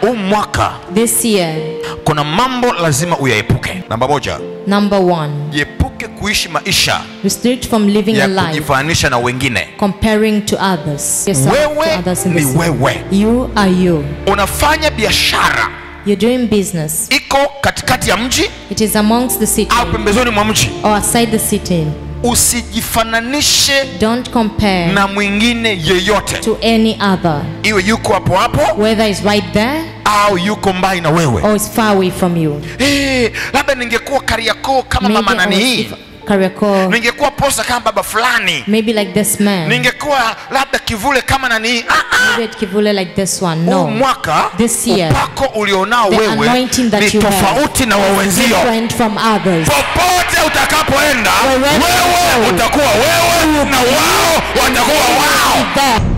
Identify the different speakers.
Speaker 1: huu mwaka
Speaker 2: This year,
Speaker 1: kuna mambo lazima uyaepuke namba moja
Speaker 2: number one,
Speaker 1: jiepuke kuishi maisha
Speaker 2: restrict from living a
Speaker 1: ya
Speaker 2: life
Speaker 1: kujifananisha na wengine
Speaker 2: comparing to others. Yourself to
Speaker 1: wewe
Speaker 2: others in
Speaker 1: ni
Speaker 2: this world.
Speaker 1: wewe
Speaker 2: You are you.
Speaker 1: unafanya biashara
Speaker 2: You're doing business.
Speaker 1: iko katikati ya mji
Speaker 2: It is amongst the city
Speaker 1: au pembezoni mwa mji
Speaker 2: or outside the city.
Speaker 1: usijifananishe
Speaker 2: Don't compare
Speaker 1: na mwingine yeyote
Speaker 2: to any other,
Speaker 1: iwe yuko hapo hapo
Speaker 2: whether it's right there
Speaker 1: au yuko mbali na wewe
Speaker 2: or it's far away from you.
Speaker 1: hey, labda ningekuwa kariakoo kama mama
Speaker 2: I
Speaker 1: nani
Speaker 2: was-
Speaker 1: hii
Speaker 2: if- Kariakoo,
Speaker 1: ningekuwa posa kama baba fulani
Speaker 2: maybe like this man,
Speaker 1: ningekuwa labda kivule kama nani hii ah, ah.
Speaker 2: maybe at Kivule like this one.
Speaker 1: huu
Speaker 2: No,
Speaker 1: mwaka
Speaker 2: This year,
Speaker 1: upako ulionao
Speaker 2: the
Speaker 1: wewe
Speaker 2: anointing that
Speaker 1: ni
Speaker 2: you have
Speaker 1: tofauti na wawenzio
Speaker 2: different from others.
Speaker 1: popote utakapoenda
Speaker 2: Waweza
Speaker 1: wewe
Speaker 2: kuwa.
Speaker 1: utakuwa wewe na wao watakuwa wao
Speaker 2: There.